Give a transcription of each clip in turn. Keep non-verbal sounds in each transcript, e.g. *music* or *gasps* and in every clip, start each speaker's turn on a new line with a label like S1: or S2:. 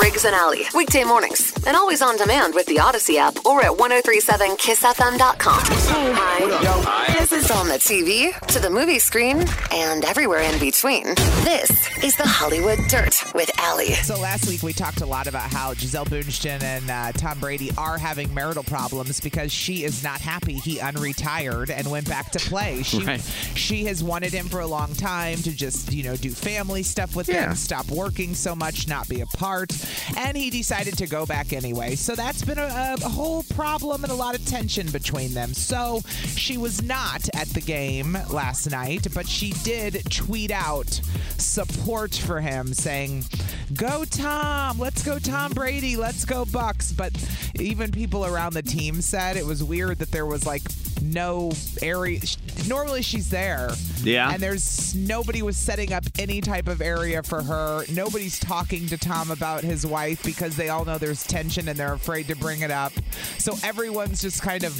S1: Riggs and Alley, weekday mornings, and always on demand with the Odyssey app or at 1037kissfm.com. This is on the TV, to the movie screen, and everywhere in between. This is the Hollywood Dirt with Alley.
S2: *laughs* So last week we talked a lot about how Giselle Bundchen and uh, Tom Brady are having marital problems because she is not happy he unretired and went back to play. She
S3: Right.
S2: she has wanted him for a long time to just you know do family stuff with
S3: Yeah.
S2: him, stop working so much, not be apart, and he decided to go back anyway. So that's been a, a whole problem and a lot of tension between them. So she was not at the game last night, but she did tweet out support for him, saying, "Go Tom, let's go Tom Brady, let's go Bucks." But even people around the team said it was weird that there was like no area. sh- Normally she's there.
S3: Yeah.
S2: And there's nobody was setting up any type of area for her. Nobody's talking to Tom about his wife because they all know there's tension and they're afraid to bring it up. So everyone's just kind of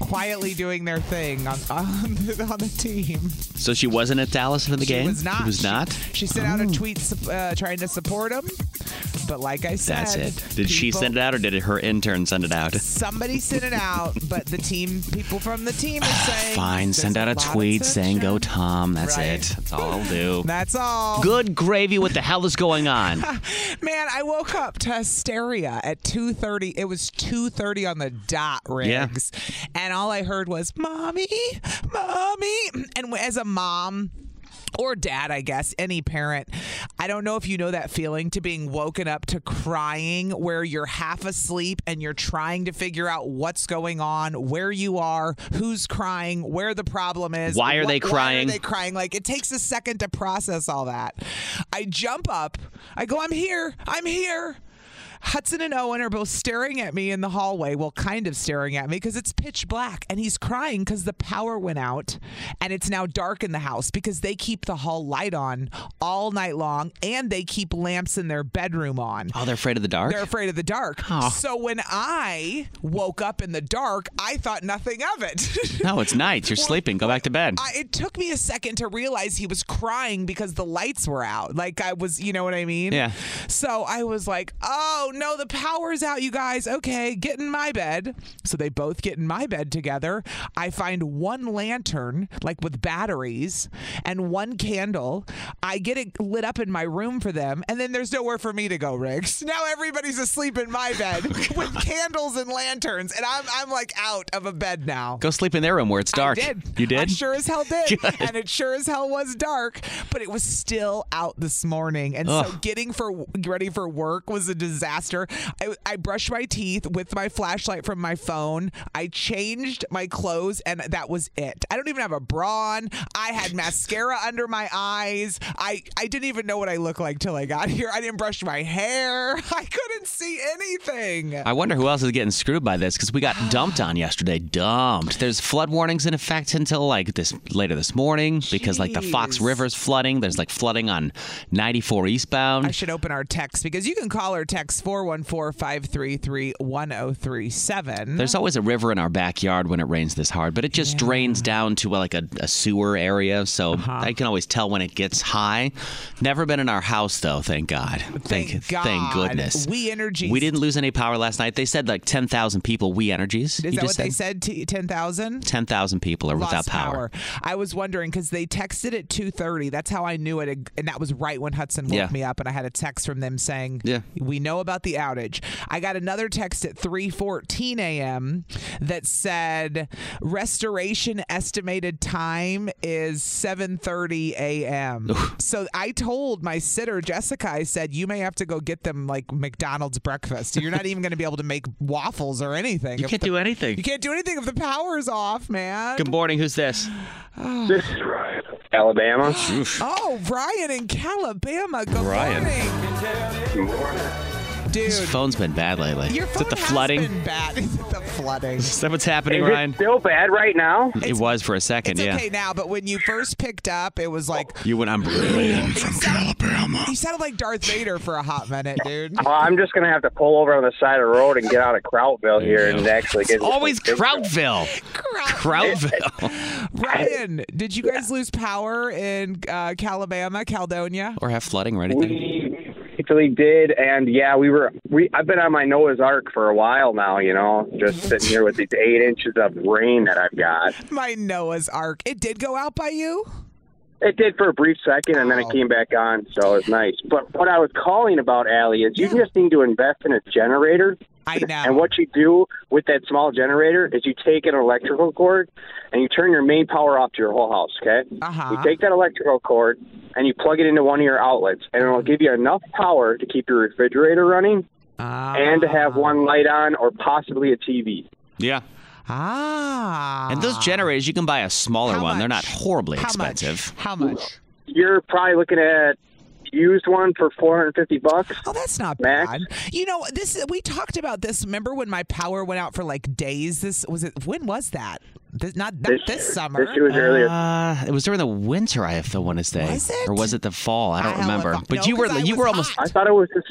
S2: quietly doing their thing on *laughs* on the, on the team.
S3: So she wasn't at Dallas for the
S2: She
S3: game.
S2: was not.
S3: She was
S2: She-
S3: not.
S2: She, sent out
S3: Oh.
S2: a tweet sup- uh, trying to support him. But like I said,
S3: That's it. Did she
S2: people-
S3: send it out, or did her intern send it out?
S2: Somebody sent it out, but the team, people from the team are saying.
S3: Fine, send out
S2: there's
S3: a
S2: lot of
S3: tweet saying "Go
S2: tension."
S3: Tom." That's
S2: Right.
S3: it. That's all I'll do.
S2: *laughs* That's all.
S3: Good gravy! What the hell is going
S2: *laughs*
S3: on?
S2: Man, I woke up to hysteria at 2.30. It was 2.30 on the dot,
S3: Yeah.
S2: Riggs. And all I heard was, Mommy, Mommy. And as a mom... Or dad, I guess, any parent. I don't know if you know that feeling to being woken up to crying where you're half asleep and you're trying to figure out what's going on, where you are, who's crying, where the problem is.
S3: Why are they
S2: Why are
S3: crying?
S2: they crying. Like it takes a second to process all that. I jump up. I go, I'm here. I'm here. Hudson and Owen are both staring at me in the hallway. Well, kind of staring at me because it's pitch black and he's crying because the power went out and it's now dark in the house because they keep the hall light on all night long and they keep lamps in their bedroom on.
S3: Oh, they're afraid of the dark.
S2: They're afraid of the dark.
S3: Oh.
S2: So when I woke up in the dark, I thought nothing of it.
S3: no, it's night. You're
S2: *laughs* Well,
S3: sleeping. Go back to bed.
S2: I, it took me a second to realize he was crying because the lights were out. Like I was, you know what I mean?
S3: Yeah.
S2: So I was like, oh no, the power's out, you guys. Okay, get in my bed. So they both get in my bed together. I find one lantern, like with batteries, and one candle. I get it lit up in my room for them, and then there's nowhere for me to go, Riggs. Now everybody's asleep in my bed with candles and lanterns, and I'm I'm like out of a bed now.
S3: Go sleep in their room where it's dark.
S2: I did.
S3: You did.
S2: I sure as hell did.
S3: *laughs* Good.
S2: and it sure as hell was dark, but it was still out this morning. And so
S3: Ugh.
S2: getting for ready for work was a disaster. I, I brushed my teeth with my flashlight from my phone. I changed my clothes, and that was it. I don't even have a bra on. I had mascara *laughs* under my eyes. I I didn't even know what I looked like till I got here. I didn't brush my hair. *laughs* I couldn't see anything.
S3: I wonder who else is getting screwed by this because we got dumped on yesterday. Dumped. There's flood warnings in effect until like this later this morning because like the Fox
S2: Jeez.
S3: River's flooding. There's like flooding on 94 eastbound.
S2: I should open our text because you can call or text 414 533 1037.
S3: There's always a river in our backyard when it rains this hard, but it just drains down to uh, like a, a sewer area, so
S2: Uh-huh.
S3: I can always tell when it gets high. Never been in our house though, thank God. Thank thank,
S2: God.
S3: goodness.
S2: We Energies.
S3: We didn't lose any power last night. They said like 10,000 people. We energies.
S2: Is that what they said? T- 10,000?
S3: 10,000 people are without
S2: Lost
S3: power.
S2: power. I was wondering because they texted at 2:30. That's how I knew it, and that was right when Hudson woke
S3: Yeah.
S2: me up, and I had a text from them saying,
S3: Yeah.
S2: we know about the outage." I got another text at 3:14 a.m. that said, "Restoration estimated time is 7:30 a.m." so I told my sitter Jessica, I said, "You may have to go get them like McDonald's breakfast. You're not even going to be able to make waffles or anything.
S3: You
S2: if
S3: can't
S2: the-
S3: do anything.
S2: You can't do anything if the power's off, man."
S3: Good morning. Who's this?
S4: This is Ryan. Alabama.
S2: Oh, Brian in Calabama. Good
S3: Brian.
S2: morning,
S3: His
S2: dude.
S3: phone's been bad lately.
S2: Your
S3: Is
S2: phone
S3: it the
S2: has
S3: flooding?
S2: been bad. *laughs* Is it the flooding?
S3: Is that what's happening,
S4: Is
S3: Ryan?
S4: it still bad right now?
S3: It was for a second,
S2: It's
S3: yeah.
S2: okay now, but when you first picked up, it was like
S3: You went, I'm brilliant from Alabama.
S2: you sounded like Darth Vader for a hot minute, dude.
S4: *laughs* Well, I'm just gonna have to pull over on the side of the road and get out of Krautville here
S3: you
S4: and
S3: go.
S4: actually get.
S3: Always Krautville. Krautville.
S2: *laughs* Brian, did you guys lose power in uh, Calabama, Caledonia?
S3: or have flooding or anything.
S4: We actually did, and yeah, we were. We I've been on my Noah's Ark for a while now. You know, just sitting here with these eight inches of rain that I've got.
S2: My Noah's Ark. It did go out by you.
S4: It did for a brief second, and then it came back on, so it was nice. But what I was calling about, Allie, is you just need to invest in a generator.
S2: I know.
S4: And what you do with that small generator is you take an electrical cord and you turn your main power off to your whole house, okay?
S2: Uh-huh.
S4: You take that electrical cord and you plug it into one of your outlets, and it'll give you enough power to keep your refrigerator running
S2: Ah.
S4: and to have one light on or possibly a TV.
S3: Yeah.
S2: ah.
S3: And those generators, you can buy a smaller
S2: How
S3: one. They're
S2: much?
S3: not horribly
S2: How much?
S3: expensive.
S2: How much?
S4: You're probably looking at used one for 450 bucks.
S2: Oh, that's not
S4: Max?
S2: bad. You know, this we talked about this. Remember when my power went out for like days? This was it. When was that? This, not not this, summer.
S4: This year was earlier.
S3: Uh, it was during the winter. I if the one to say,
S2: Was it?
S3: or was it the fall? I don't
S2: hell
S3: remember.
S2: if I-
S3: but
S2: no,
S3: you were
S2: 'cause I
S3: you
S2: was
S3: were almost
S2: hot.
S4: I thought it was this.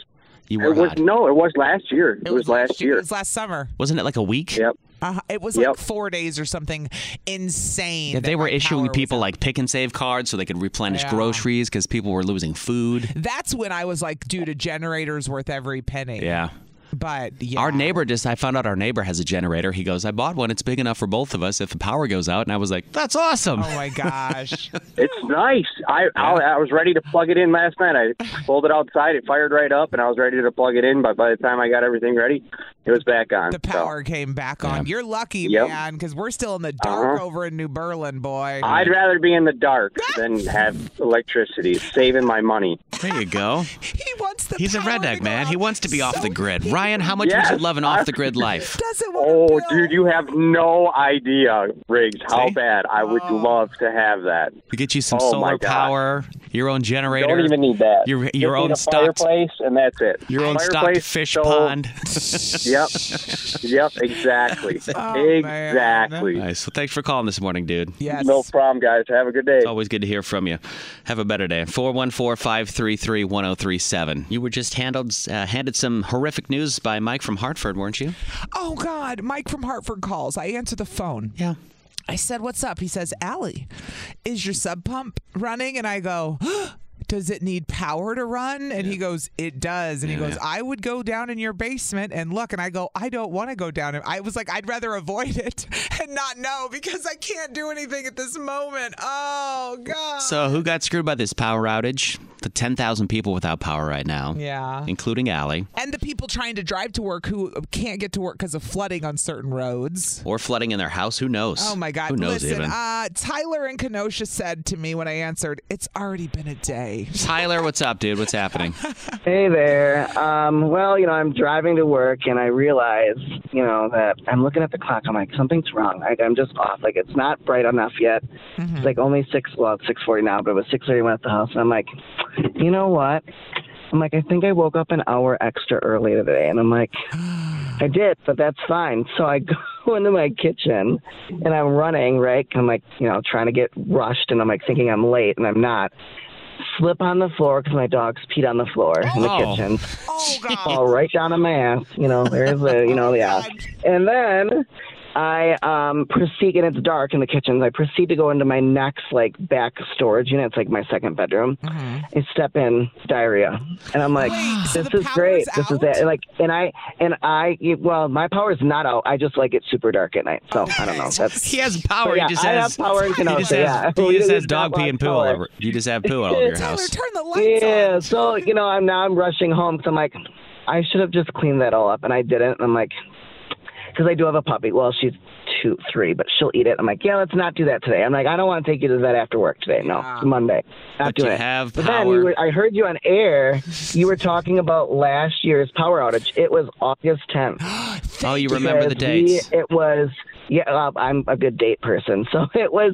S3: you were
S4: It was
S3: hot.
S4: no, it was last year. It, was, last
S2: It
S4: year.
S2: was last summer.
S3: Wasn't it like a week?
S4: Yep.
S2: Uh, it was like
S4: Yep.
S2: four days or something insane.
S3: That they
S2: that
S3: were
S2: my
S3: issuing
S2: power was
S3: people
S2: out.
S3: like pick and save cards so they could replenish
S2: Yeah.
S3: groceries because people were losing food.
S2: That's when I was like, dude, a generator's worth every penny.
S3: Yeah.
S2: But yeah.
S3: Our neighbor just, I found out our neighbor has a generator. He goes, I bought one. It's big enough for both of us if the power goes out. And I was like, that's awesome.
S2: Oh my gosh.
S4: *laughs* It's nice. I, I I was ready to plug it in last night. I pulled it outside. It fired right up, and I was ready to plug it in. But by the time I got everything ready, it was back on.
S2: the
S4: So,
S2: power came back on. You're lucky,
S4: Oh. Yep.
S2: man, because we're still in the dark
S4: Uh-huh.
S2: over in New Berlin, boy.
S4: I'd rather be in
S2: *laughs*
S4: the dark than have electricity. Saving my money.
S3: There you go.
S2: *laughs* he wants the
S3: He's a
S2: power to
S3: redneck,
S2: go
S3: man. He
S2: out
S3: wants to be off
S2: so
S3: the grid.
S2: he
S3: Ryan, how much would
S4: Yes.
S3: you love an off the grid
S2: *laughs*
S3: life?
S2: doesn't want
S4: Oh,
S2: to bill.
S4: dude, you have no idea, Riggs, how
S3: See?
S4: bad I would
S2: Oh.
S4: love to have that.
S3: To get you some
S4: Oh, my
S3: solar
S4: God.
S3: power, your own generator.
S4: Don't even need that.
S3: Your-
S4: Just
S3: your
S4: need
S3: own
S4: a
S3: stocked-
S4: fireplace, and that's it.
S3: Your own stocked
S4: Fireplace,
S3: fish
S4: stove.
S5: *laughs*
S3: pond.
S4: Yep. yep.
S3: *laughs*
S4: Exactly.
S2: Oh, man.
S4: exactly.
S3: nice. Well, thanks for calling this morning, dude.
S2: Yes.
S4: No problem, guys. Have a good day.
S3: Always good to hear from you. Have a better day. 414 533 1037. You were just handled, uh, handed some horrific news by Mike from Hartford, weren't you?
S2: Oh God, Mike from Hartford calls. I answer the phone.
S3: Yeah.
S2: I said, "What's up?" He says, "Allie, is your sub pump running?" And I go. *gasps* Does it need power to run? And he goes, It does. And he goes, I would go down in your basement and look. And I go, I don't want to go down. And I was like, I'd rather avoid it *laughs* and not know because I can't do anything at this moment. Oh, God.
S3: So, who got screwed by this power outage? The 10,000 people without power right now.
S2: Yeah.
S3: Including Allie.
S2: and the people trying to drive to work who can't get to work because of flooding on certain roads.
S3: Or flooding in their house. Who knows?
S2: Oh my God!
S3: Who knows
S2: Listen,
S3: even?
S2: Uh, Tyler in Kenosha said to me when I answered, "It's already been a day."
S3: Tyler, what's up, dude? What's
S2: *laughs*
S3: happening?
S6: Hey there. Um, well, you know, I'm driving to work and I realize, you know, that I'm looking at the clock. I'm like, something's wrong. Like, I'm just off. Like, it's not bright enough yet. It's like only six. Well, it's six forty now, but it was six thirty when I left the house. And I'm like, you know what? I'm like, I think I woke up an hour extra early today. And I'm like, I did, but that's fine. So I *laughs* go into my kitchen and I'm running, right? I'm like, you know, trying to get rushed and I'm like thinking I'm late and I'm not. slip on the floor because my dogs peed on the floor in the
S7: Oh.
S6: kitchen. *laughs* Fall right down on my ass. You know, there's the, you know, the ass. And then I um, proceed, and it's dark in the kitchen. I proceed to go into my next, like, back storage unit. It's like my second bedroom. I step in, diarrhea. And I'm like, this is great. This is it. And, Like, and I, and I, well, my power is not out. I just like it super dark at night. So I don't know. That's,
S3: He has power.
S6: But yeah,
S3: he just
S6: I
S3: has
S6: have power
S3: *laughs* He
S6: and can
S3: just
S6: also,
S3: has,
S6: yeah.
S4: *laughs*
S3: he
S6: We
S3: just
S6: just
S3: has dog
S6: got
S3: pee and poo all
S6: power.
S3: over. You just have poo all *laughs* over your house.
S6: yeah, so you know, I'm now I'm rushing home because I'm like, I should have just cleaned that all up, and I didn't. And I'm like, because I do have a puppy. Well, she's two, three, but she'll eat it. I'm like, yeah, let's not do that today. I'm like, I don't want to take you to that after work today. No, it's Monday, not
S3: But you
S6: doing it.
S3: have
S6: but then you
S3: power.
S6: were, I heard you on air. You were talking about last year's power outage. It was August 10th.
S3: *gasps* Oh, you remember the
S6: Because we-
S3: dates.
S6: it was yeah. Uh, I'm a good date person, so *laughs* it was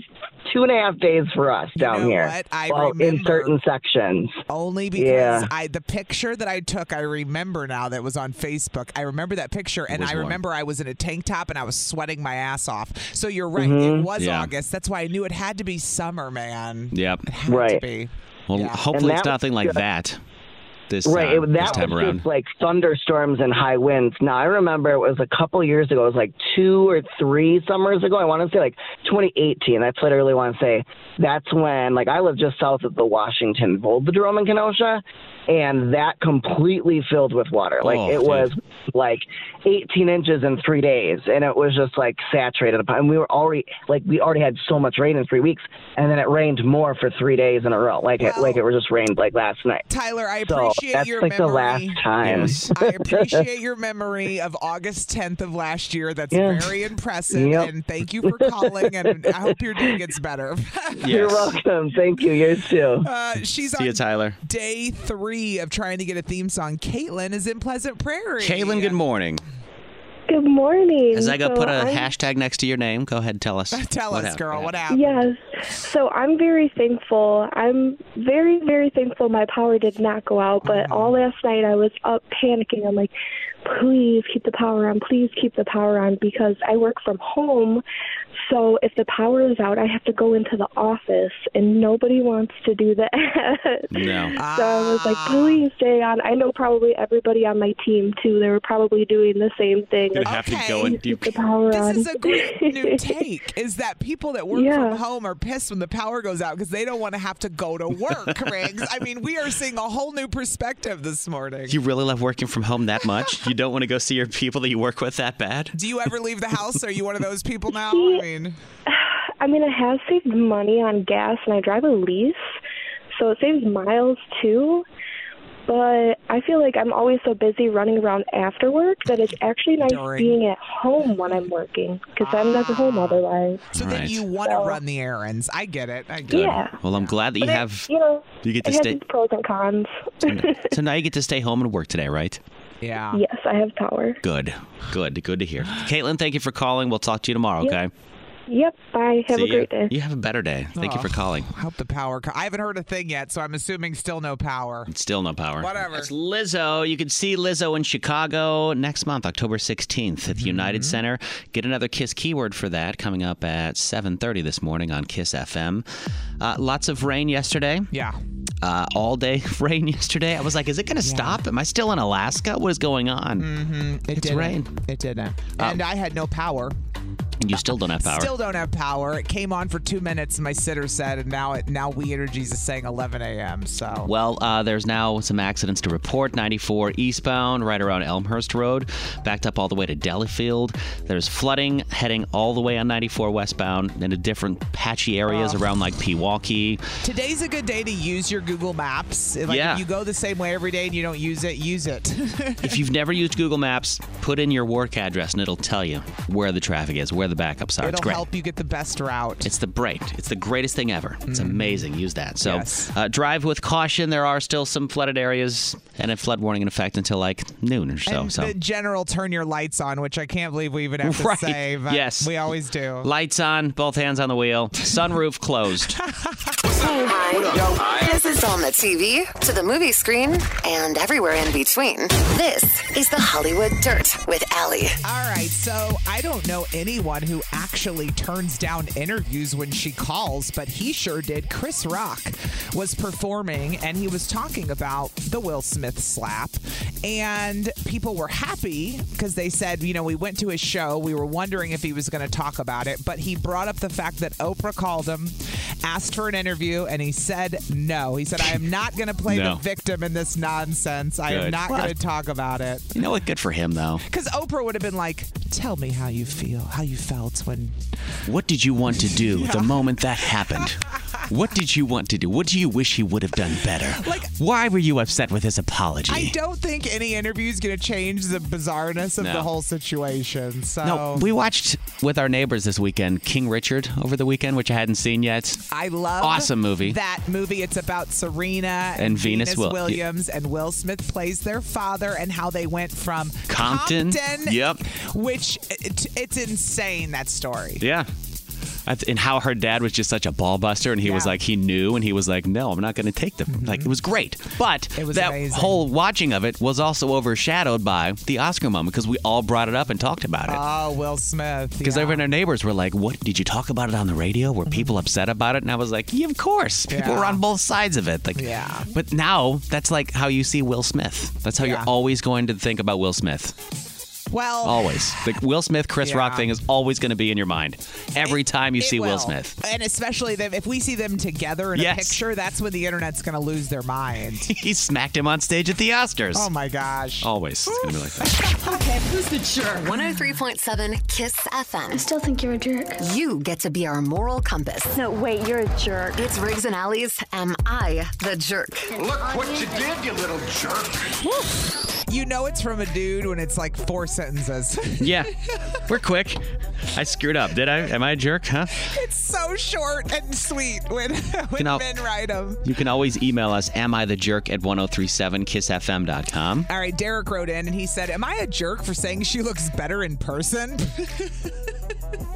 S6: two and a half days for us down here. well, in certain sections.
S2: Only because
S6: yeah.
S2: I the picture that I took, I remember now that was on Facebook. I remember that picture, and
S6: was
S2: I
S6: warm.
S2: remember I was in a tank top and I was sweating my ass off. So you're right,
S6: Mhm.
S2: it was
S3: Yeah.
S2: August. That's why I knew it had to be summer, man.
S3: Yep.
S2: Right.
S3: Well,
S2: Yeah.
S3: hopefully
S6: And
S3: it's
S6: that
S3: nothing
S6: was
S3: like
S6: just-
S3: that. This
S6: right,
S3: time,
S6: it, that
S3: this time
S6: was
S3: around.
S6: just like thunderstorms and high winds. Now I remember it was a couple years ago. It was like two or three summers ago. I want to say like 2018. That's what I really want to say. That's when like I live just south of the Washington Volvodrome in Kenosha, and that completely filled with water. Like
S8: Oh,
S6: it
S8: dude.
S6: was like 18 inches in three days, and it was just like saturated. And we were already like we already had so much rain in three weeks, and then it rained more for three days in a row. Like it like it was just rained like last night.
S2: Tyler, I
S6: So
S2: appreciate
S6: that's
S2: your
S6: like
S2: memory.
S6: the last time.
S2: I appreciate your memory of August 10th of last year. That's
S6: Yeah.
S2: very impressive.
S6: Yep.
S2: And thank you for calling. And I hope your day
S3: *laughs*
S2: gets better.
S6: *laughs* You're welcome. Thank you. You too.
S2: Uh, she's
S3: See you, Tyler.
S2: Day three of trying to get a theme song. Caitlin is in Pleasant Prairie.
S3: Caitlin, good morning.
S9: Good morning.
S3: As I go
S9: So
S3: put a
S9: I'm-
S3: hashtag next to your name, go ahead and tell us.
S2: *laughs* Tell
S3: what
S2: us,
S3: happened.
S2: girl, what happened?
S9: Yes. So I'm very thankful. I'm very, very thankful my power did not go out, but
S3: Uh-huh.
S9: all last night I was up panicking. I'm like, please keep the power on. Please keep the power on because I work from home. So if the power is out, I have to go into the office, and nobody wants to do that. *laughs*
S3: No.
S9: So I was
S2: Ah.
S9: like, please stay on. I know probably everybody on my team, too. They were probably doing the same thing.
S3: You'd have to go and you
S9: Keep the power on.
S2: This is a
S9: *laughs*
S2: great new take is that people that work
S9: Yeah.
S2: from home are pissed when the power goes out because they don't want to have to go to work, Riggs. I mean, we are seeing a whole new perspective this morning.
S3: You really love working from home that
S2: *laughs*
S3: much? You don't want to go see your people that you work with that bad?
S2: Do you ever leave the house? Are you one of those people now? I mean,
S9: *sighs* I mean, I have saved money on gas, and I drive a lease, so it saves miles too. But I feel like I'm always so busy running around after work that it's actually nice being at home when I'm working because I'm never home otherwise.
S2: so then you want to run the errands. I get it. I get
S9: Good. Yeah.
S3: Well, I'm glad that you
S9: But it-
S3: have.
S9: you know,
S3: You get
S9: it
S3: to
S9: has
S3: stay.
S9: its pros and cons. *laughs*
S3: So now you get to stay home and work today, right?
S2: Yeah.
S9: Yes, I have power.
S3: Good. Good. Good
S2: *gasps*
S3: to hear. Caitlin, thank you for calling. We'll talk to you tomorrow,
S9: Yep.
S3: okay?
S9: Yep. Bye. Have
S3: See
S9: a great
S3: you.
S9: day.
S3: You have a better day. Thank you for
S2: Oh.
S3: calling.
S2: I hope the power. Co- I haven't heard a thing yet, so I'm assuming still no power.
S3: Still no power.
S2: Whatever.
S3: That's Lizzo. You can see Lizzo in Chicago next month, October 16th at the United Center. Get another Kiss keyword for that coming up at 7:30 this morning on Kiss FM. Uh, lots of rain yesterday.
S2: Yeah.
S3: Uh, all day *laughs* rain yesterday. I was like, is it going to stop? Am I still in Alaska? What is going on?
S2: Mm-hmm. It
S3: It's
S2: didn't.
S3: rain.
S2: It didn't. And I had no power.
S3: You still don't have power.
S2: Still don't have power. It came on for two minutes. My sitter said, and now it now we energies is saying 11 a.m. So
S3: Well, uh, there's now some accidents to report. 94 eastbound, right around Elmhurst Road, backed up all the way to Delafield. There's flooding heading all the way on 94 westbound into different patchy areas
S2: Ugh.
S3: around like Pewaukee.
S2: today's a good day to use your Google Maps. Like
S3: Yeah.
S2: if you go the same way every day and you don't use it, use it.
S3: if you've never used Google Maps, put in your work address and it'll tell you where the traffic is, where the backups are. it's
S2: It'll
S3: great.
S2: help you get the best route. Mm-hmm.
S3: It's the great. It's the greatest thing ever. It's amazing. Use that. So uh, drive with caution. There are still some flooded areas and a flood warning in effect until like noon or so.
S2: and
S3: so
S2: *laughs* the general turn your lights on, which I can't believe we even have to
S3: Right.
S2: say. But
S3: Yes.
S2: We always do.
S3: Lights on, both hands on the wheel, sunroof closed.
S1: This is on the TV, to the movie screen, and everywhere in between. This is the Hollywood Dirt with Allie.
S2: All right, so I don't know anyone one who actually turns down interviews when she calls, but he sure did. Chris Rock was performing and he was talking about the Will Smith slap. And people were happy because they said, you know, we went to his show. We were wondering if he was going to talk about it, but he brought up the fact that Oprah called him, asked for an interview, and he said no. He said, I am not going to play
S3: No.
S2: the victim in this nonsense. I am
S3: Good.
S2: not
S3: What?
S2: going to talk about it.
S3: *laughs* You know what? Good for him, though.
S2: Because Oprah would have been like, "Tell me how you feel, how you felt when."
S3: What did you want to *laughs* do the moment that happened? What did you want to do? What do you wish he would have done better? Like, Why were you upset with his apology?
S2: I don't think any interview is going to change the bizarreness of
S3: No.
S2: the whole situation. So
S3: no, we watched with our neighbors this weekend King Richard over the weekend, which I hadn't seen yet.
S2: I love
S3: Awesome movie.
S2: That movie. It's about Serena and,
S3: And Venus Wil-
S2: Williams, and Will Smith plays their father, and how they went from
S3: Compton.
S2: Compton
S3: Yep.
S2: which it, it's insane that story.
S3: Yeah. I th- And how her dad was just such a ball buster, and he was
S2: Yeah.
S3: like, he knew, and he was like, no, I'm not going to take them. Like, it was great. But
S2: It was
S3: that
S2: amazing.
S3: whole watching of it was also overshadowed by the Oscar moment because we all brought it up and talked about it.
S2: Oh, Will Smith.
S3: Because
S2: yeah. Mm-hmm.
S3: everyone, our neighbors were like, "What did you talk about it on the radio? Were people upset about it?" And I was like, "Yeah, of course. People were
S2: Yeah.
S3: on both sides of it." Like,
S2: Yeah.
S3: But now that's like how you see Will Smith. That's how
S2: Yeah.
S3: you're always going to think about Will Smith.
S2: well,
S3: Always the Will Smith, Chris Rock
S2: Yeah.
S3: thing is always going to be in your mind every time you
S2: It
S3: see Will
S2: will.
S3: Smith.
S2: And especially them, if we see them together in
S3: Yes.
S2: a picture, that's when the internet's going to lose their mind.
S3: He smacked him on stage at the Oscars.
S2: oh my gosh.
S3: Always. It's gonna be like that.
S1: 103.7 Kiss
S9: I
S1: FM.
S9: still think you're a jerk.
S1: You get to be our moral compass.
S7: No, wait, you're a jerk.
S1: It's Riggs and Allies. Am I the jerk?
S8: Look what you did, you little jerk.
S2: You know it's from a dude when it's like four sentences.
S3: Yeah, we're quick. I screwed up, did I? Am I a jerk? Huh?
S2: *laughs* it's so short and sweet when, *laughs* when
S3: know-
S2: men write them.
S3: You can always email us, am I the jerk at 1037kissfm.com.
S2: All right, Derek wrote in and he said, Am I a jerk for saying she looks better in person?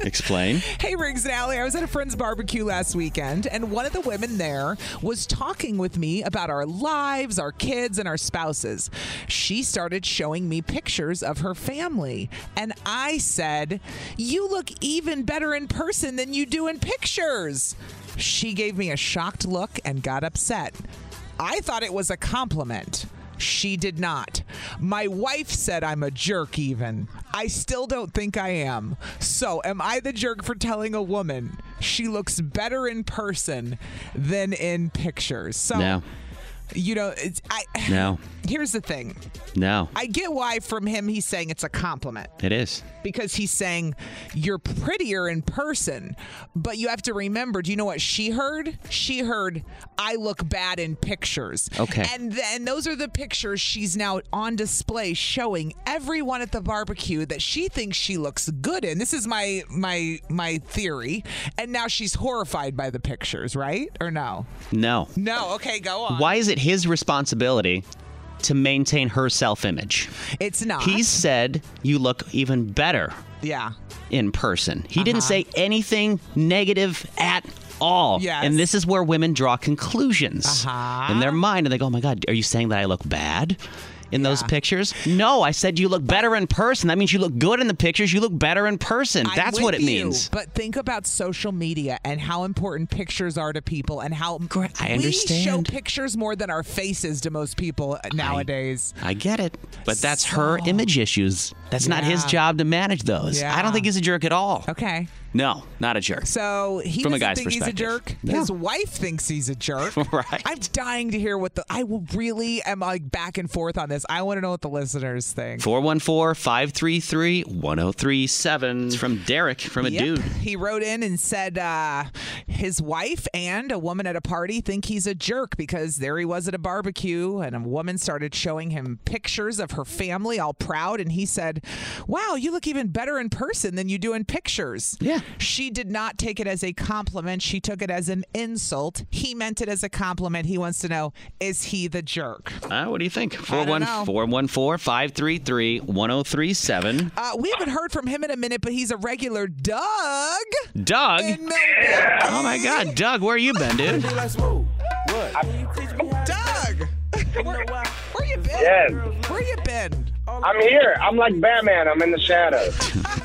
S3: Explain.
S2: Hey, Riggs and Alley. I was at a friend's barbecue last weekend, and one of the women there was talking with me about our lives, our kids, and our spouses. She started showing me pictures of her family, and I said, You look even better in person than you do in pictures. She gave me a shocked look and got upset. I thought it was a compliment. She did not. My wife said I'm a jerk, even. I still don't think I am. So, am I the jerk for telling a woman she looks better in person than in pictures? So,
S3: No.
S2: you know, it's, I.
S3: No.
S2: Here's the thing.
S3: No.
S2: I get why from him he's saying it's a compliment
S3: It is.
S2: because he's saying you're prettier in person. But you have to remember, do you know what she heard? She heard I look bad in pictures.
S3: Okay.
S2: And then those are the pictures she's now on display showing everyone at the barbecue that she thinks she looks good in. This is my my my theory. And now she's horrified by the pictures, right? Or no?
S3: No.
S2: No, okay, go on.
S3: Why is it his responsibility to maintain her self image?
S2: It's not.
S3: He said you look even better
S2: yeah. Uh-huh.
S3: in person. He didn't say anything negative at all.
S2: Yes.
S3: And this is where women draw conclusions
S2: Uh-huh.
S3: in their mind and they go, Oh my God, are you saying that I look bad? In those pictures? No, I said you look better in person. That means you look good in the pictures. You look better in person.
S2: I'm
S3: That's
S2: with
S3: what it
S2: you,
S3: means.
S2: But think about social media and how important pictures are to people, and how
S3: I
S2: we show
S3: understand.
S2: pictures more than our faces to most people nowadays.
S3: I get it. But that's her image issues. That's not his
S2: Yeah.
S3: job to manage those. I don't
S2: Yeah.
S3: think he's a jerk at all.
S2: okay,
S3: No, not a jerk.
S2: so he
S3: From a
S2: doesn't
S3: guy's
S2: think he's a jerk.
S3: perspective. Yeah.
S2: His wife thinks he's a jerk.
S3: *laughs* Right.
S2: I'm dying to hear what the. I will really am like back and forth on this. I want to know what the listeners think.
S3: 414 533 1037. It's oh from Derek, from a
S2: Yep.
S3: dude.
S2: He wrote in and said uh, his wife and a woman at a party think he's a jerk because there he was at a barbecue and a woman started showing him pictures of her family all proud. And he said, Wow, you look even better in person than you do in pictures.
S3: Yeah.
S2: She did not take it as a compliment. She took it as an insult. He meant it as a compliment. He wants to know, is he the jerk?
S3: Uh, what do you think?
S2: I don't know.
S3: 414 533 1037.
S2: Uh, we haven't heard from him in a minute, but he's a regular Doug.
S3: Doug.
S2: in Milwaukee.
S3: Oh my God, Doug, where you been, dude?
S2: Doug, where, where you been?
S4: Yes.
S2: Where you been?
S4: I'm here. I'm like Batman. I'm in the shadows.
S2: I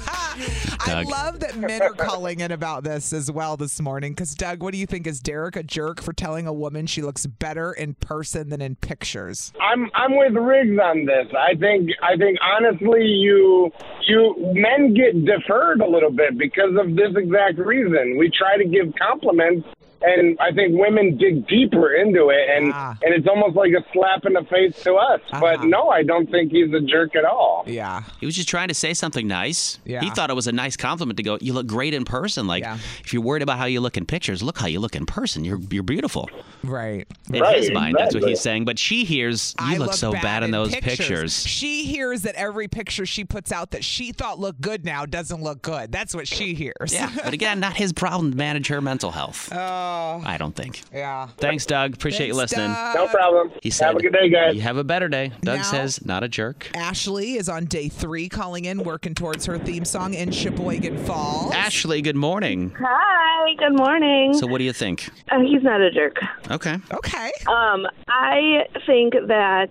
S3: Doug.
S2: I love that men are calling in about this as well this morning. Because Doug, what do you think? Is Derek a jerk for telling a woman she looks better in person than in pictures?
S7: I'm I'm with Riggs on this. I think I think honestly, you you men get deferred a little bit because of this exact reason. We try to give compliments, and I think women dig deeper into it, and and it's almost like a slap in the face to us. But no, I don't think he's a jerk at all.
S2: Yeah.
S3: He was just trying to say something nice.
S7: Yeah.
S3: He thought it was a nice compliment to go, you look great in person. Like, if you're worried about how you look in pictures, look how you look in person. You're, you're beautiful.
S2: Right.
S3: In his mind, that's what he's saying. But she hears, you look, so bad, in those pictures. *laughs*
S2: She hears that every picture she puts out that she thought looked good now doesn't look good. That's what she hears. *laughs*
S3: Yeah. But again, not his problem to manage her mental health.
S2: Oh.
S3: I don't think.
S2: Yeah.
S3: Thanks, Doug. Appreciate
S2: Thanks,
S3: you listening.
S2: Doug.
S7: No problem.
S3: He said,
S7: have a good day, guys.
S3: You have a better day. Doug
S2: Now-
S3: says, not a jerk.
S2: Ashley is on day three calling in, working towards her theme song in Sheboygan Falls.
S3: Ashley, good morning.
S10: Hi, good morning.
S3: So, what do you think?
S10: Uh, he's not a jerk.
S3: Okay.
S2: Okay.
S10: Um, I think that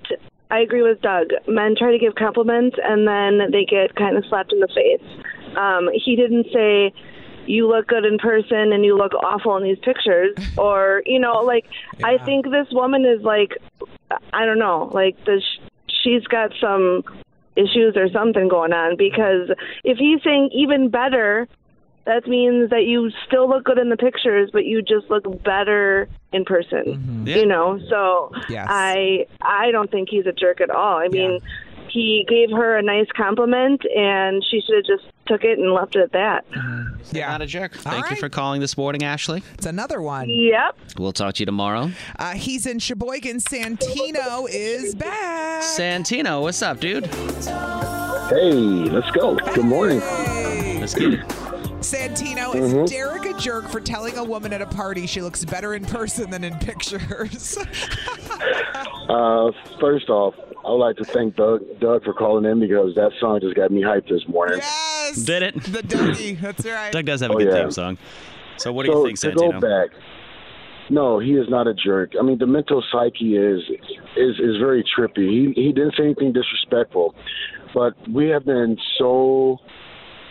S10: I agree with Doug. Men try to give compliments and then they get kind of slapped in the face. Um, he didn't say, you look good in person and you look awful in these pictures. Or, you know, like, I think this woman is like, I don't know, like, the, she's got some issues or something going on because if he's saying even better, that means that you still look good in the pictures, but you just look better in person. You know, so
S11: Yes.
S10: I I don't think he's a jerk at all. I mean, he gave her a nice compliment, and she should have just took it and left it at that.
S2: Yeah.
S3: Not a jerk. Thank you for calling this morning, Ashley.
S2: It's another one.
S10: Yep.
S3: We'll talk to you tomorrow.
S2: Uh, he's in Sheboygan. Santino is back.
S3: Santino, what's up, dude?
S12: Hey, let's go. Good morning.
S3: Let's get it.
S2: Santino
S12: Mhm.
S2: is Derek a jerk for telling a woman at a party she looks better in person than in pictures? *laughs*
S12: Uh, first off, I would like to thank Doug, Doug for calling in because that song just got me hyped this morning.
S3: Did it?
S2: The Dougie. That's right.
S3: Doug does have a
S12: Oh,
S3: good
S12: yeah.
S3: theme song. So what do
S12: so
S3: you think,
S12: to go
S3: Santino?
S12: back, no, he is not a jerk. I mean, the mental psyche is is is very trippy. He he didn't say anything disrespectful, but we have been so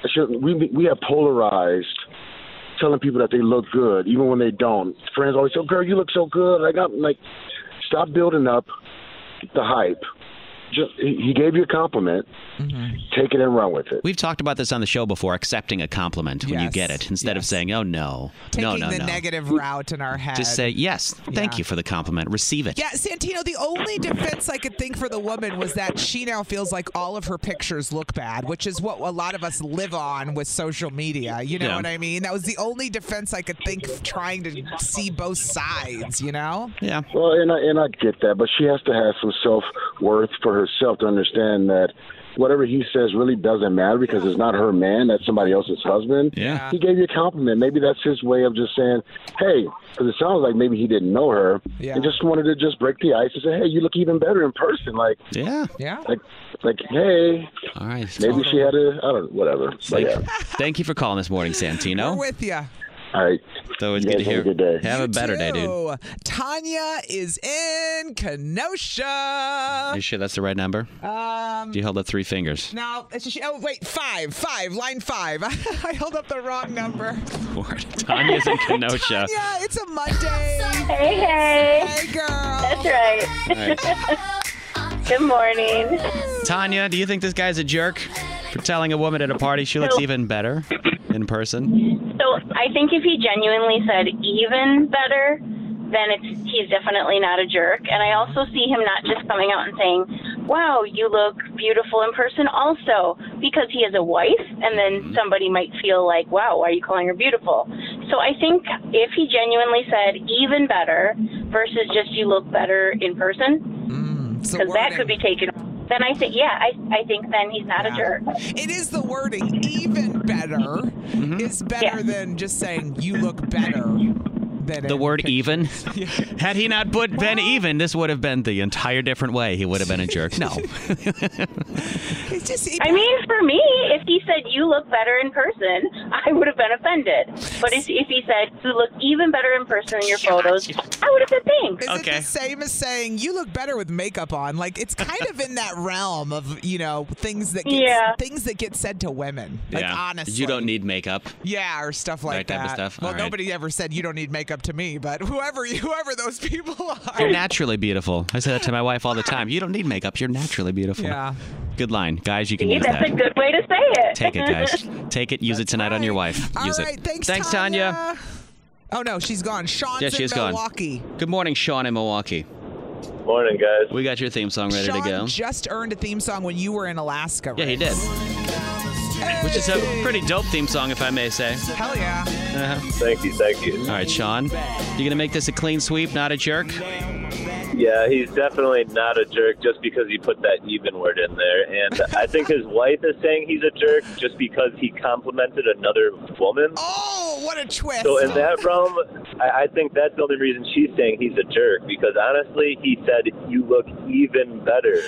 S12: I shouldn't- we we have polarized telling people that they look good even when they don't. Friends always say, "Oh, "Girl, you look so good." Like I'm like, stop building up the hype. Just he he gave you a compliment. Take it and run with it.
S3: We've talked about this on the show before, accepting a compliment when you get it instead of saying, oh, no, no,
S2: Taking
S3: no,
S2: the
S3: no.
S2: negative route in our head.
S3: Just say, yes, thank you for the compliment. Receive it.
S2: Yeah, Santino, the only defense I could think for the woman was that she now feels like all of her pictures look bad, which is what a lot of us live on with social media. You know
S3: Yeah.
S2: what I mean? That was the only defense I could think of trying to see both sides, you know?
S3: Yeah.
S12: Well, and I and I get that, but she has to have some self worth for herself to understand that whatever he says really doesn't matter because it's not her man, that's somebody else's husband.
S3: Yeah.
S12: He gave you a compliment. Maybe that's his way of just saying, "Hey," because it sounds like maybe he didn't know her
S2: Yeah.
S12: and just wanted to just break the ice and say, "Hey, you look even better in person." Like,
S3: yeah,
S2: yeah,
S12: like, like, hey.
S3: All right.
S12: Maybe she had a, I don't, whatever. But
S3: Thank,
S2: *laughs*
S12: yeah.
S3: thank you for calling this morning, Santino.
S2: We're with you.
S12: All right.
S3: So it's
S12: You
S3: good to
S12: guys
S3: hear.
S12: have a good day.
S3: Have a better day, dude.
S2: Oh, Tanya is in Kenosha.
S3: You sure that's the right number?
S2: Um,
S3: You held up three fingers. *laughs*
S2: no, it's just, oh, wait, five, five, line five. *laughs* I held up the wrong number.
S3: Lord, Tanya's
S2: *laughs*
S3: in Kenosha.
S2: Yeah, it's a Monday.
S11: Hey, hey.
S2: Hey, girl.
S11: That's right. *laughs* Good morning.
S3: Tanya, do you think this guy's a jerk for telling a woman at a party she looks
S11: No.
S3: even better in person?
S11: So I think if he genuinely said even better, then it's he's definitely not a jerk. And I also see him not just coming out and saying, "Wow, you look beautiful in person," also because he has a wife, and then somebody might feel like, "Wow, why are you calling her beautiful?" So I think if he genuinely said even better versus just you look better in person, because that could be taken. Then I think, yeah, I, I think then he's not a jerk.
S2: It is the
S3: Mm-hmm.
S2: wording, even better, is better than just saying you look better. that
S3: the word
S2: *laughs*
S3: even. Had he not put Ben even, this would have been the entire different way. He would have been a jerk. No.
S11: I mean, for me, if he said you look better in person, *laughs* I would have been offended. But if, if he said you look even better in person in your photos, I would have said thanks.
S2: Is it the same as saying you look better with makeup on? Like it's kind of in that realm of you know things that get,
S11: Yeah.
S2: things that get said to women. *laughs*
S3: *laughs*
S2: Like
S3: yeah.
S2: honestly,
S3: You don't need makeup.
S2: Yeah, or stuff like
S3: That
S2: that.
S3: type of stuff?
S2: Well,
S3: All right.
S2: nobody ever said you don't need makeup to me, but *laughs* whoever whoever those people are.
S3: You're naturally beautiful. I say that to my wife all the time. You don't need makeup. You're naturally beautiful.
S2: Yeah.
S3: Good line. Guys, you can
S11: See,
S3: use
S11: that's
S3: that.
S11: a good way to say it.
S3: Take it,
S2: *laughs*
S3: guys. Take it. Use it tonight on your wife.
S2: All
S3: use
S2: right,
S3: it.
S2: thanks,
S3: Thanks, Tanya.
S2: Oh no, she's gone. Sean's
S3: Yeah, she's
S2: in
S3: gone.
S2: Milwaukee.
S3: Good morning, Sean in Milwaukee.
S13: Morning, guys.
S3: We got your theme song ready
S2: Sean
S3: to go.
S2: just earned a theme song when you were in Alaska. Right?
S3: Yeah, he did. Which is a pretty dope theme song, if I may say. Uh-huh.
S2: Hell yeah.
S13: Thank you, thank you.
S3: All right, Sean. You going to make this a clean sweep, not a jerk?
S13: Yeah, he's definitely not a jerk just because he put that even word in there. And I think his wife is saying he's a jerk just because he complimented another woman.
S2: Oh, what a twist.
S13: So in that realm, I, I think that's the only reason she's saying he's a jerk because honestly, he said you look even better.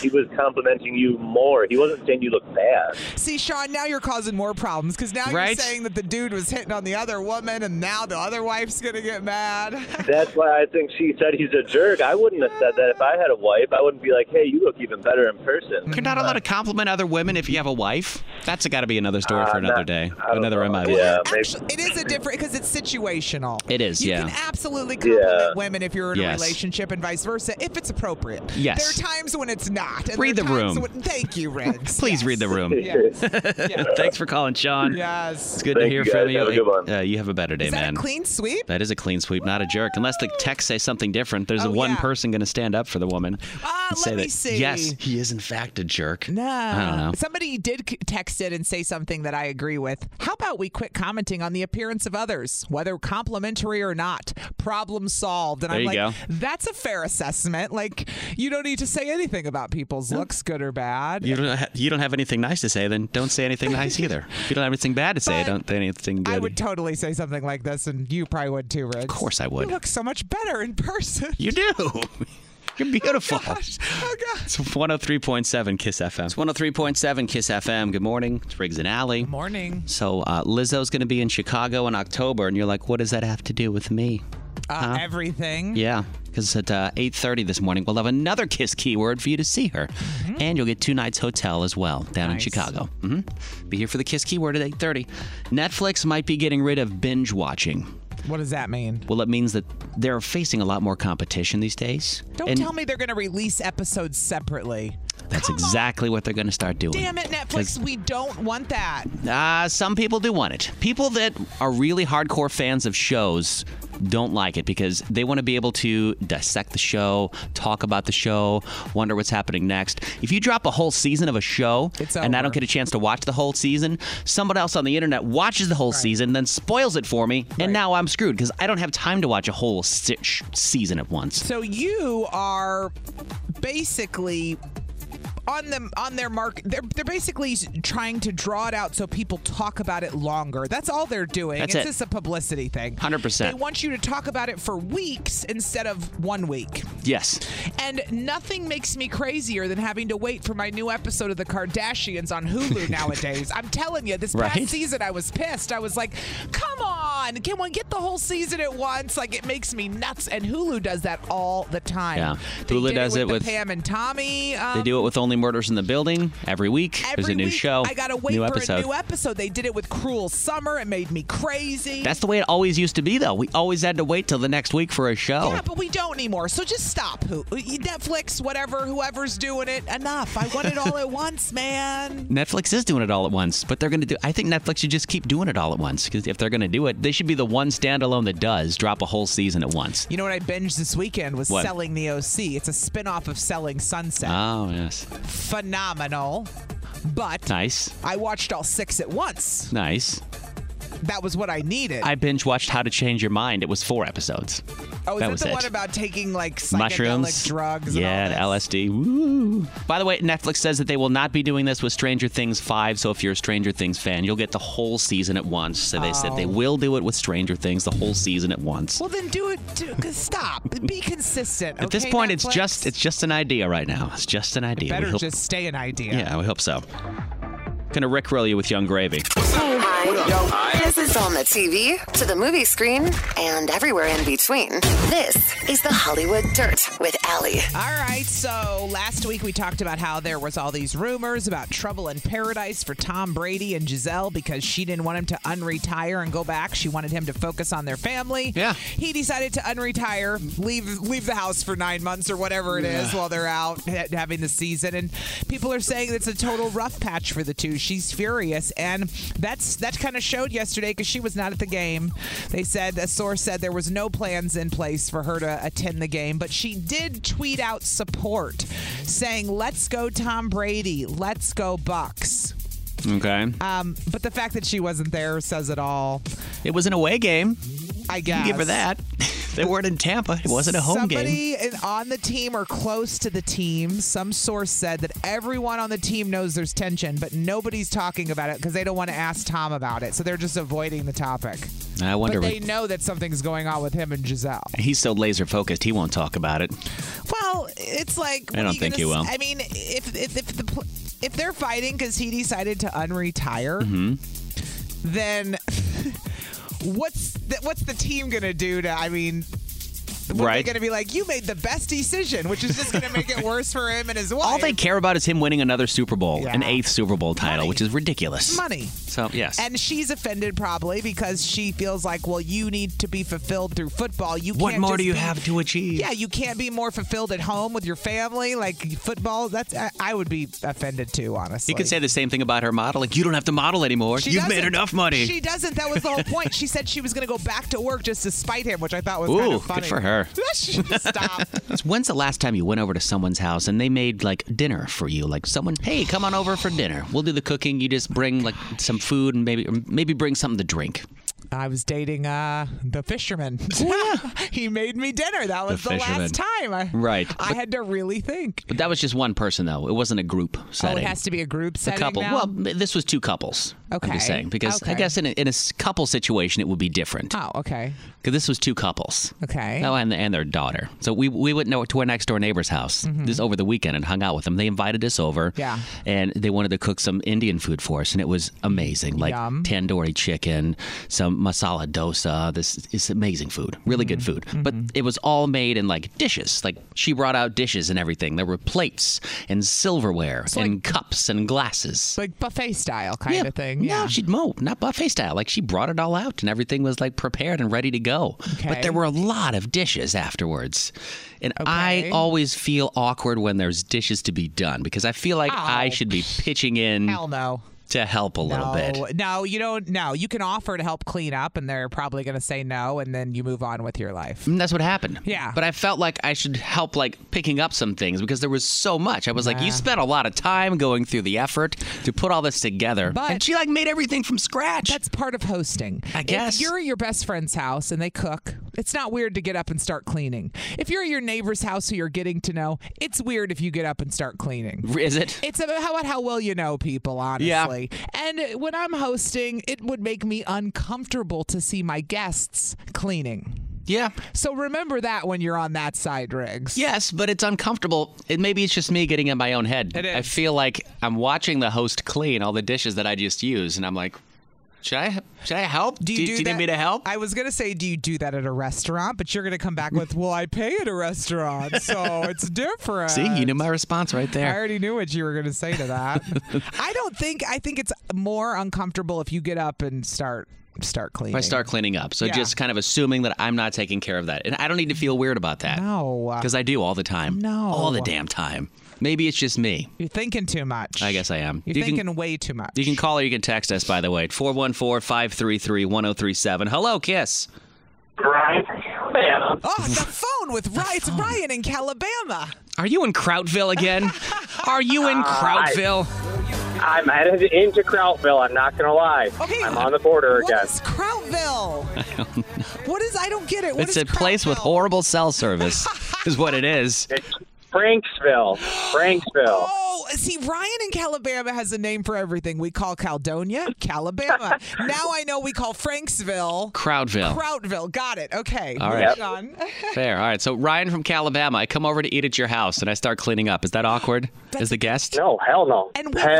S13: He was complimenting you more. He wasn't saying you look bad.
S2: See, Sean, now you're causing more problems because now you're
S13: Right?
S2: saying that the dude was hitting on the other woman, and now the other wife's gonna get mad.
S13: That's why I think she said he's a jerk. I wouldn't have said that if I had a wife. I wouldn't be like, hey, you look even better in person.
S3: You're not allowed to compliment other women if you have a wife. That's got to be another story for
S13: Uh,
S3: another
S13: not-
S3: day,
S13: I don't
S3: another
S13: know.
S3: reminder.
S13: Yeah,
S2: It is a different because it's situational.
S3: It is,
S2: You
S3: yeah.
S2: can absolutely compliment
S3: Yeah.
S2: women if you're in
S3: Yes.
S2: a relationship and vice versa if it's appropriate.
S3: Yes.
S2: There are times when it's not. and
S3: Read
S2: there are
S3: the
S2: times
S3: room.
S2: when- thank you,
S3: *laughs*
S2: Riggs.
S3: Please read the room.
S2: Yes.
S3: Thanks for calling, *laughs* Sean.
S2: Yes.
S3: It's good to
S13: Thank
S3: hear
S13: you,
S3: from
S13: guys.
S3: you.
S13: Have a good
S3: Uh, you have a better day,
S2: Is that
S3: man.
S2: a clean sweep?
S3: that is a clean sweep, not a jerk. Unless the texts say something different, there's one person going to stand up for the woman. Ah,
S2: Oh, let
S3: say
S2: me
S3: that,
S2: see.
S3: Yes, he is in fact a jerk.
S2: No.
S3: I don't know.
S2: Um, Somebody did c- text it and say something that I agree with. How about we quit commenting on the appearance of others, whether complimentary or not? Problem solved. And
S3: There
S2: I'm
S3: you
S2: like,
S3: go.
S2: that's a fair assessment. Like, you don't need to say anything about people's looks, good or bad.
S3: You don't, ha- you don't have anything nice to say, then don't say
S2: *laughs*
S3: anything nice either. If you don't have anything bad to say, don't say anything good.
S2: I
S3: *laughs*
S2: would totally say something like this, and you probably would too, Riggs. Of course
S3: I would.
S2: You look so much better in person.
S3: You do.
S2: Oh,
S3: You're beautiful. It's 103.7 Kiss FM. It's 103.7 Kiss FM. Good morning. It's Riggs and Alley.
S2: Morning.
S3: So uh, Lizzo's going to be in Chicago in October, and you're like, what does that have to do with me?
S2: Uh, Everything.
S3: Yeah, because at uh, 8.30 this morning, we'll have another KISS keyword for you to see her. And you'll get two nights hotel as well down in
S2: Mm-hmm. Nice.
S3: Chicago. hmm Be here for the KISS keyword at 8.30. Netflix might be getting rid of binge watching.
S2: What does that mean?
S3: Well, it means that they're facing a lot more competition these days.
S2: Don't
S3: and
S2: tell me they're going to release episodes separately.
S3: That's exactly what they're going to start doing.
S2: Damn it, Netflix, we don't want that.
S3: Uh, some people do want it. People that are really hardcore fans of shows don't like it because they want to be able to dissect the show, talk about the show, wonder what's happening next. If you drop a whole season of a show and I don't get a chance to watch the whole season, someone else on the internet watches the whole season, then spoils it for me, and now I'm screwed because I don't have time to watch a whole se- sh- season at once.
S2: So you are basically on them on their mark they're, they're basically s- trying to draw it out so people talk about it longer that's all they're doing
S3: That's
S2: it's
S3: it.
S2: just a publicity thing
S3: 100%.
S2: they want you to talk about it for weeks instead of one week
S3: Yes.
S2: and nothing makes me crazier than having to wait for my new episode of the kardashians
S3: *laughs*
S2: on hulu nowadays i'm telling you this
S3: Right?
S2: past season i was pissed i was like come on can one get the whole season at once like it makes me nuts and hulu does that all the time
S3: Yeah.
S2: they
S3: Hulu
S2: did
S3: does
S2: it
S3: it
S2: with, the
S3: with-
S2: pam and tommy um,
S3: They do it with Only Murders in the Building every week. There's a new show.
S2: I gotta wait
S3: new
S2: for
S3: episode.
S2: a new episode. They did it with Cruel Summer. It made me crazy.
S3: That's the way it always used to be, though. We always had to wait till the next week for a show.
S2: yeah, but we don't anymore. So just stop. Who- Netflix, whatever, whoever's doing it, enough. I want it all at once, man.
S3: Netflix is doing it all at once, but they're going to do. I think Netflix should just keep doing it all at once because if they're going to do it, they should be the one standalone that does drop a whole season at once.
S2: You know what I binged this weekend was
S3: What?
S2: Selling the OC. It's a spin-off of Selling Sunset.
S3: Oh yes,
S2: Phenomenal. But
S3: nice,
S2: I watched all six at once.
S3: nice.
S2: That was what I needed.
S3: I binge watched How to Change Your Mind. It was four episodes.
S2: Oh, is
S3: that
S2: that,
S3: was
S2: the
S3: it.
S2: one about taking like psychedelic
S3: Mushrooms,
S2: drugs?
S3: yeah, and LSD. Woo. By the way, Netflix says that they will not be doing this with Stranger Things Five. So if you're a Stranger Things fan, you'll get the whole season at once. So they said
S2: Oh.
S3: they will do it with Stranger Things, the whole season at once.
S2: Well, then do it. Do, 'cause stop. Be consistent.
S3: at this
S2: okay,
S3: point, it's
S2: Netflix?
S3: just it's just an idea right now. It's just an idea. We
S2: better
S3: hope-
S2: just stay an idea.
S3: yeah, we hope so. Gonna rickroll you with Young Gravy.
S1: This is on the TV, to the movie screen, and everywhere in between. This is the Hollywood Dirt with Allie.
S2: All right, so last week we talked about how there was all these rumors about trouble in paradise for Tom Brady and Giselle because she didn't want him to unretire and go back. She wanted him to focus on their family. Yeah. He decided to unretire, leave leave the house for 9 months or whatever it is
S14: Yeah.
S2: while they're out ha- having the season and people are saying it's a total rough patch for the two. She's furious and that's that kind of showed yesterday cuz she was not at the game. They said a source said there was no plans in place for her to attend the game, but she did tweet out support saying, "Let's go Tom Brady. Let's go Bucks."
S3: Okay.
S2: Um, but the fact that she wasn't there says it all.
S3: It was an away game.
S2: I
S3: You
S2: guess.
S3: can Give her that. *laughs* They weren't in Tampa. It wasn't a home game.
S2: Somebody in- on the team or close to the team, some source said that everyone on the team knows there's tension, but nobody's talking about it because they don't want to ask Tom about it. So they're just avoiding the topic.
S3: I wonder.
S2: But
S3: what-
S2: they know that something's going on with him and Giselle.
S3: He's so laser focused, he won't talk about it.
S2: Well, it's like
S3: I
S2: what are
S3: don't
S2: you
S3: think
S2: gonna
S3: he
S2: s-
S3: will.
S2: I mean, if if if, the, pl- if they're fighting because he decided to unretire,
S3: hmm
S2: then *laughs* what's the, what's the team gonna do to? I mean. what,
S3: Right.
S2: They're going to be like, you made the best decision, which is just going to
S3: *laughs*
S2: make it worse for him and his wife.
S3: All they care about is him winning another Super Bowl, an
S2: Yeah.
S3: eighth Super Bowl title, which is ridiculous.
S2: Money.
S3: So yes,
S2: And she's offended probably because she feels like, well, you need to be fulfilled through football. You
S3: What
S2: can't
S3: more
S2: just
S3: do you
S2: be-
S3: have to achieve?
S2: Yeah, you can't be more fulfilled at home with your family, like football. That's I, I would be offended too, honestly.
S3: you could say the same thing about her model. Like you don't have to model anymore.
S2: She
S3: You've made
S2: doesn't.
S3: enough money.
S2: She doesn't. That was the whole point. She said she was going to go back to work just to spite him, which I thought was
S3: Ooh,
S2: kind
S3: good
S2: of funny.
S3: for
S2: *laughs*
S3: her. *laughs*
S2: Stop.
S3: It's- When's the last time you went over to someone's house and they made like dinner for you? Like someone, hey, come on over for dinner. We'll do the cooking. You just bring like some food and maybe or maybe bring something to drink.
S2: I was dating uh,
S3: *laughs*
S2: the fisherman. *laughs* he made me dinner. That was the,
S3: Oh, fisherman.
S2: last time. I,
S3: Right.
S2: I had to really think.
S3: But that was just one person though. It wasn't a group setting.
S2: Oh, it has to be a group
S3: It's a
S2: setting
S3: couple.
S2: now?
S3: Well, m- this was two couples. I'm
S2: Okay.
S3: just saying because I
S2: Okay.
S3: guess in a, in a s- couple situation it would be different.
S2: Oh, okay.
S3: Because this was two couples.
S2: Okay.
S3: Oh, and and their daughter. So we we went no- to our next door neighbor's house this over the weekend and hung out with them. They invited us over.
S2: Mm-hmm. Yeah.
S3: And they wanted to cook some Indian food for us, and it was amazing. Like
S2: Yum.
S3: tandoori chicken, some masala dosa. This is amazing food. Really good
S2: Mm-hmm.
S3: food. But it was all made in like dishes. Like she brought out dishes and everything. There were plates and silverware and cups and glasses.
S2: Like buffet style kind
S3: Yeah.
S2: of thing. Yeah.
S3: No, she'd mo, not buffet style. Like she brought it all out and everything was like prepared and ready to go. But
S2: Okay.
S3: there were a lot of dishes afterwards. And I always feel awkward when there's dishes to be done because I feel like I should be pitching in
S2: Oh, Hell no.
S3: to help a little bit.
S2: No, no, you don't. No, you can offer to help clean up, and they're probably going to say no, and then you move on with your life.
S3: And Mm, that's what happened.
S2: Yeah.
S3: But I felt like I should help like picking up some things because there was so much. I was like, you
S2: Nah.
S3: spent a lot of time going through the effort to put all this together.
S2: But
S3: and she like made everything from scratch.
S2: That's part of hosting. I
S3: guess.
S2: If you're at your best friend's house and they cook, it's not weird to get up and start cleaning. If you're at your neighbor's house who you're getting to know, it's weird if you get up and start cleaning.
S3: Is it?
S2: It's about how well you know people, honestly. And when I'm hosting, it would make me uncomfortable to see my guests cleaning.
S3: Yeah.
S2: So remember that when you're on that side, Riggs.
S3: Yes, but it's uncomfortable. It, maybe it's just me getting in my own head. I feel like I'm watching the host clean all the dishes that I just used, and I'm like, should I should I help?
S2: Do you, do
S3: you
S2: that?
S3: need me to help?
S2: I was gonna say, do you do that at a restaurant? But you're gonna come back with, well, I pay at a restaurant, so it's different.
S3: See, you knew my response right
S2: I
S3: there.
S2: already knew what you were gonna say to
S3: *laughs*
S2: that. I don't think. I think it's more uncomfortable if you get up and start start
S3: If
S2: cleaning.
S3: I start cleaning up, so
S2: Yeah.
S3: just kind of assuming that I'm not taking care of that, and I don't need to feel weird about that.
S2: No,
S3: because I do all the time.
S2: No.
S3: all the damn time. Maybe it's just me.
S2: You're thinking too much.
S3: I guess I am.
S2: You're
S3: You can-
S2: thinking way too much.
S3: You can call or you can text us, by the way, at 414 533 1037. Hello, Kiss.
S5: Right.
S2: Oh, the phone with Ryan. It's Ryan in Calabama.
S3: Are you in Krautville again? *laughs*
S2: *laughs*
S3: *laughs* Are you in
S5: Uh, I-
S3: Krautville?
S5: I'm headed
S3: Oh,
S5: into Krautville. I'm not gonna lie.
S2: Okay.
S5: I'm on the border again.
S2: Krautville.
S3: I don't know.
S2: What is? I don't get it. What
S3: it's
S2: is
S3: a place with horrible cell
S2: *laughs*
S3: service, is what it is.
S5: Franksville.
S3: *gasps*
S5: Franksville.
S2: Oh, see, Ryan in Calabama has a name for everything. We call Caldonia, Calabama. now I know we call Franksville,
S3: Crowdville.
S2: Crowdville. Got it. Okay.
S3: All
S2: moving
S3: right.
S2: on. *laughs*
S3: Fair. All right. So Ryan from Calabama, I come over to eat at your house and I start cleaning up. Is that awkward as the guest?
S5: No, hell no.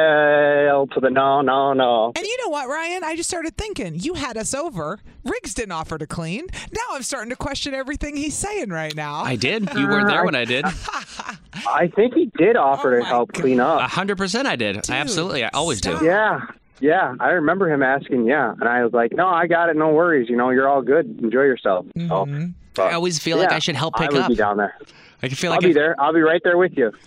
S5: Hell to the no, no, no.
S2: And you know what, Ryan? I just started thinking. You had us over. Riggs didn't offer to clean. Now I'm starting to question everything he's saying right now.
S3: I did. You weren't there when I *laughs* did.
S5: I think he did
S3: Oh
S5: offer to help clean up.
S3: hundred percent, I did. I absolutely, I always do.
S5: Yeah, yeah. I remember him asking, yeah, and I was like, no, I got it. No worries. You know, you're all good. Enjoy yourself.
S2: Mm-hmm.
S5: So, but,
S3: I always feel like
S5: yeah,
S3: I should help
S5: I
S3: pick
S5: would
S3: up.
S5: Be down there.
S3: I can feel
S5: I'll
S3: like
S5: be
S3: if-
S5: there. I'll be right there with you.
S2: *laughs*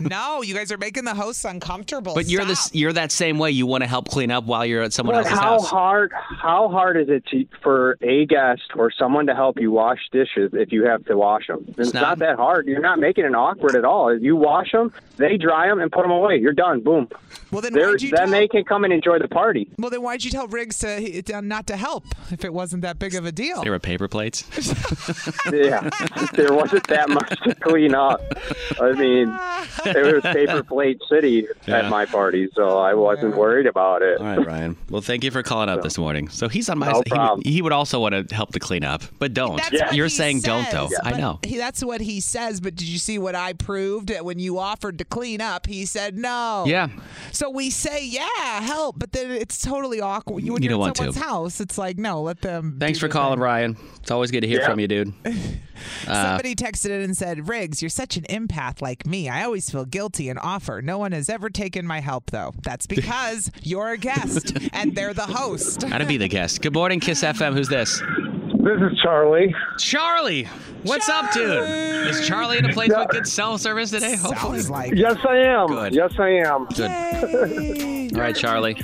S2: No, you guys are making the hosts uncomfortable.
S3: But you're this, you're that same way. You want to help clean up while you're at someone
S5: But
S3: else's
S5: how
S3: house.
S5: hard? How hard is it to, for a guest or someone to help you wash dishes if you have to wash them? It's,
S3: not-
S5: not, that hard. You're not making it awkward at all. You wash them, they dry them, and put them away. You're done. Boom.
S2: Well, then
S5: They're,
S2: why'd you
S5: then
S2: tell-
S5: they can come and enjoy the party.
S2: Well, then why'd you tell Riggs to, to not to help if it wasn't that big of a deal?
S3: There were paper
S2: *laughs*
S3: plates.
S5: yeah, there wasn't that much to clean up. I mean, it was paper plate city
S3: Yeah.
S5: at my party, so I wasn't worried about it.
S3: All right, Ryan. Well, thank you for calling up this morning. So he's on my
S5: No
S3: side. He would-
S5: problem.
S3: He, would also want to help the clean up, but don't.
S2: That's what
S3: You're
S2: he
S3: saying don't
S2: says,
S3: though. I
S2: but
S3: know.
S2: he- that's what he says, but did you see what I proved that when you offered to clean up, he said no.
S3: Yeah.
S2: So we say, yeah, help, but then it's totally awkward. You, when
S3: You
S2: you're
S3: don't
S2: at
S3: want to.
S2: someone's house, it's like, no, let them.
S3: Thanks
S2: do
S3: for
S2: their
S3: calling,
S2: thing.
S3: Ryan. It's always good to hear
S2: Yeah.
S3: from you, dude. Uh,
S2: Somebody texted in and said, Riggs, you're such an empath like me. I always feel guilty and offer. No one has ever taken my help, though.
S3: *laughs*
S2: That's because you're a guest and they're the host.
S3: Gotta be the guest. Good morning, Kiss FM. Who's this?
S14: This is Charlie.
S3: Charlie, what's up, dude? Is Charlie in a place with good cell service today? Hopefully.
S14: Yes, I am.
S3: Good.
S14: Yes, I am.
S2: *laughs*
S3: Good. All right, Charlie.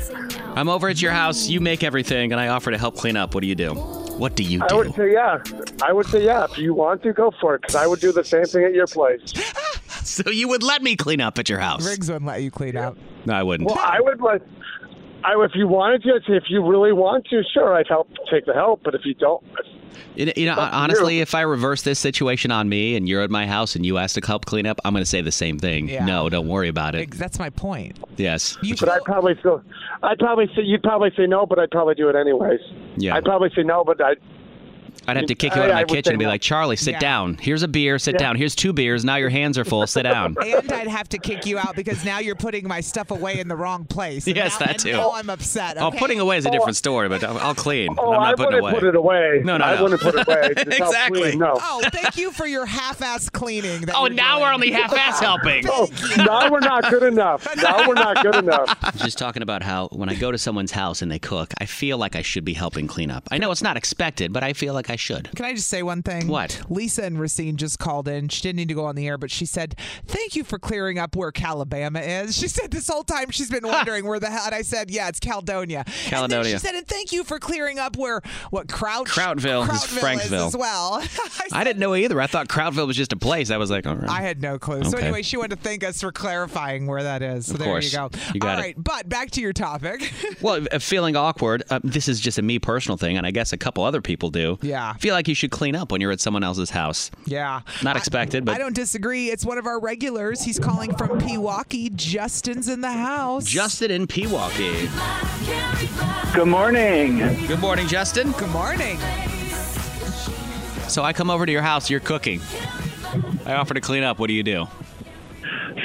S3: I'm over at your house. You make everything, and I offer to help clean up. What do you do? What do you
S14: I
S3: do?
S14: would say yeah. I would say yeah. If you want to, go for it. Because I would do the same thing at your place.
S3: *laughs* So you would let me clean up at your house?
S2: Riggs wouldn't let you clean up.
S3: No, I wouldn't.
S14: Well, I would like. I, if you wanted to, I'd say if you really want to, sure, I'd help take the help. But if you don't,
S3: You know, you know, honestly, if I reverse this situation on me and you're at my house and you ask to help clean up, I'm going to say the same thing.
S14: Yeah.
S3: No, don't worry about it.
S2: That's my point.
S3: Yes.
S14: but I'd probably still. I'd probably say you'd probably say no, but I'd probably do it anyways.
S3: Yeah.
S14: I'd probably say no, but I.
S3: I'd have to kick you out
S14: I-
S3: of my
S14: I would
S3: kitchen
S14: say
S3: and be
S14: no.
S3: like, Charlie, sit
S14: Yeah.
S3: down. Here's a beer. Sit
S14: Yeah.
S3: down. Here's two beers. Now your hands are full. sit
S2: *laughs*
S3: down.
S2: And I'd have to kick you out because now you're putting my stuff away in the wrong place. And
S3: Yes,
S2: now,
S3: that
S2: and
S3: too.
S2: Now I'm upset.
S3: Oh,
S2: Okay?
S3: putting away is a different story, but I'll, I'll clean.
S14: Oh,
S3: but I'm not
S14: I
S3: putting
S14: wouldn't put it away.
S3: No, no,
S14: I
S3: no.
S14: wouldn't put
S3: *laughs*
S14: it away. Just help
S3: Exactly.
S14: clean.
S3: *laughs*
S14: No.
S2: *laughs* Oh, thank you for your half-ass cleaning. That
S3: Oh,
S2: you're
S3: now
S2: doing.
S3: we're only
S2: *laughs*
S14: *laughs*
S3: half-ass helping.
S14: Oh, now we're not good enough. Now we're not good enough.
S3: Just talking about how when I go to someone's house and they cook, I feel like I should be helping clean up. I know it's not expected, but I feel like I
S2: *laughs*
S3: should.
S2: Can I just say one thing? What? Lisa and Racine just called in. She didn't need to go on the air, but she said, Thank you for clearing up where Calabama is. She said this whole time she's been wondering where the hell. And I said, Yeah, it's Caledonia. And then she
S3: Caledonia.
S2: said, And thank you for clearing up where, what, Crouch?
S3: Crowdville is Franksville.
S2: as well. *laughs*
S3: I didn't know either. I thought Crowdville was just a place. I was like, all right.
S2: I had no clue. So
S3: Okay.
S2: anyway, she wanted to thank us for clarifying where that is. So
S3: Of
S2: there
S3: course.
S2: you go.
S3: You got
S2: All
S3: it.
S2: right, but back to your topic. *laughs*
S3: Well, uh, feeling awkward. Uh, this is just a me personal thing, and I guess a couple other people do.
S2: Yeah.
S3: Feel like you should clean up when you're at someone else's house.
S2: yeah.
S3: Not expected,
S2: I
S3: but
S2: don't disagree. It's one of our regulars. He's calling from Pewaukee. Justin's in the house.
S3: Justin in Pewaukee.
S15: Good morning.
S3: Good morning, Justin.
S2: Good morning.
S3: So I come over to your house. You're cooking. I offer to clean up. What do you do?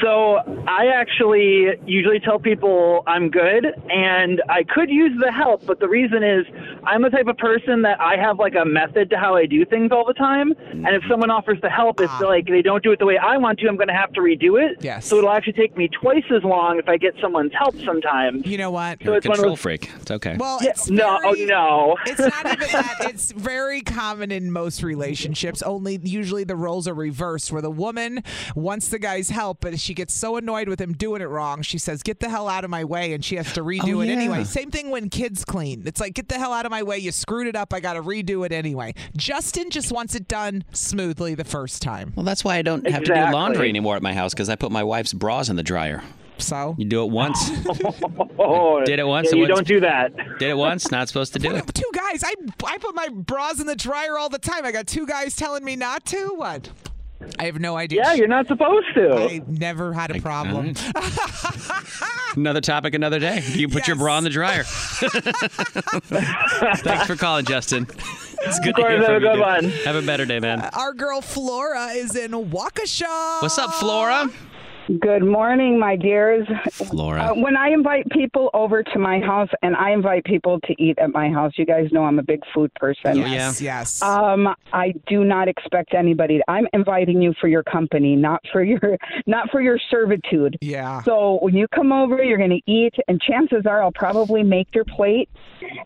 S15: So I actually usually tell people I'm good and I could use the help, but the reason is I'm the type of person that I have like a method to how I do things all the time. And if someone offers the help, if like they don't do it the way I want to, I'm going to have to redo it.
S2: Ah. Yes.
S15: So it'll actually take me twice as long if I get someone's help sometimes.
S2: You know what?
S3: You're a control freak. It's okay.
S2: Well,
S15: Yeah,
S2: it's
S15: no, oh,
S3: *laughs*
S2: very-
S15: no.
S2: It's not even that. It's very common in most relationships. Only usually the roles are reversed, where the woman wants the guy's help, but she gets so annoyed with him doing it wrong, she says, "Get the hell out of my way," and she has to redo
S3: Oh,
S2: it
S3: yeah.
S2: anyway. Same thing when kids clean. It's like, "Get the hell out of my my way. You screwed it up. I got to redo it anyway. Justin just wants it done smoothly the first time.
S3: Well, that's why I don't have to do laundry anymore at my house because I put my wife's bras in the dryer.
S2: So
S3: you do it once.
S15: Oh,
S3: *laughs* did it once.
S15: yeah,
S3: and
S15: you
S3: once-
S15: don't do that.
S3: Did it once. Not supposed to do it.
S2: Two guys, I I put my bras in the dryer all the time. I got two guys telling me not to. What? I have no idea.
S15: Yeah, you're not supposed to.
S2: I never had a problem. *laughs*
S3: Another topic, another day. You put your bra in the
S2: *laughs*
S3: dryer. Thanks for calling, Justin. It's good
S2: Of course,
S3: to hear
S2: have
S3: from you.
S2: a good
S3: dude.
S2: one.
S3: Have a better day, man.
S2: Our girl Flora is in Waukesha.
S3: What's up, Flora?
S16: Good morning, my dears.
S3: Flora.
S16: Uh, when I invite people over to my house and I invite people to eat at my house, you guys know I'm a big food person.
S2: Yes, Yeah. yes.
S16: Um, I do not expect anybody. I'm inviting you for your company, not for your *laughs* not for your servitude.
S2: Yeah.
S16: So when you come over, you're going to eat, and chances are I'll probably make your plate,